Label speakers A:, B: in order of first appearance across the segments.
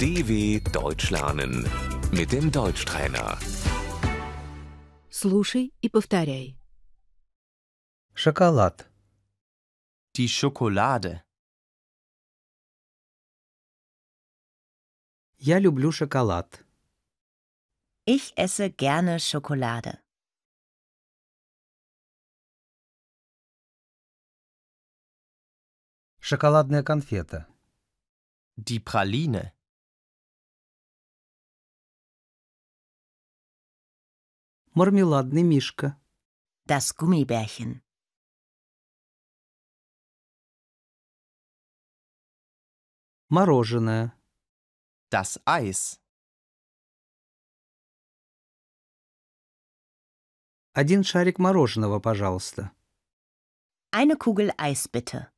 A: DW Deutsch lernen mit dem Deutschtrainer.
B: Слушай и повторяй.
C: Шоколад.
D: Die Schokolade.
C: Я люблю шоколад.
E: Ich esse gerne Schokolade.
C: Шоколадная конфета.
D: Die Praline.
C: Мармеладный мишка.
E: Das Gummibärchen.
C: Мороженое.
D: Das Eis.
C: Один шарик мороженого, пожалуйста.
E: Eine Kugel Eis bitte.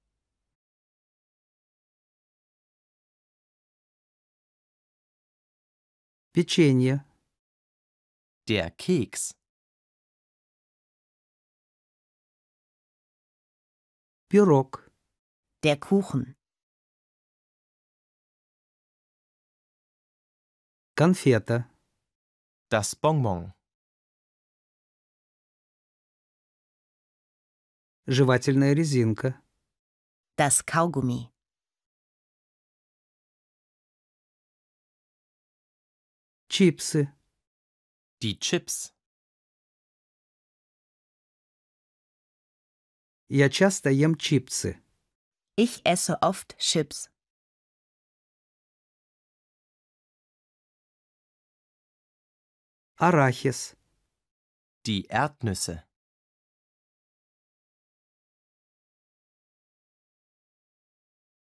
C: Печенье.
D: Der Keks.
C: Пирог.
E: Der Kuchen.
C: Конфета.
D: Das Bonbon.
C: Жевательная резинка.
E: Das Kaugummi.
C: Чипсы.
D: Die Chips.
C: Я часто ем чипсы.
E: Ich esse oft Chips.
C: Арахис.
D: Die Erdnüsse.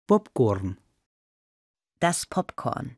C: Попкорн.
E: Das Popcorn.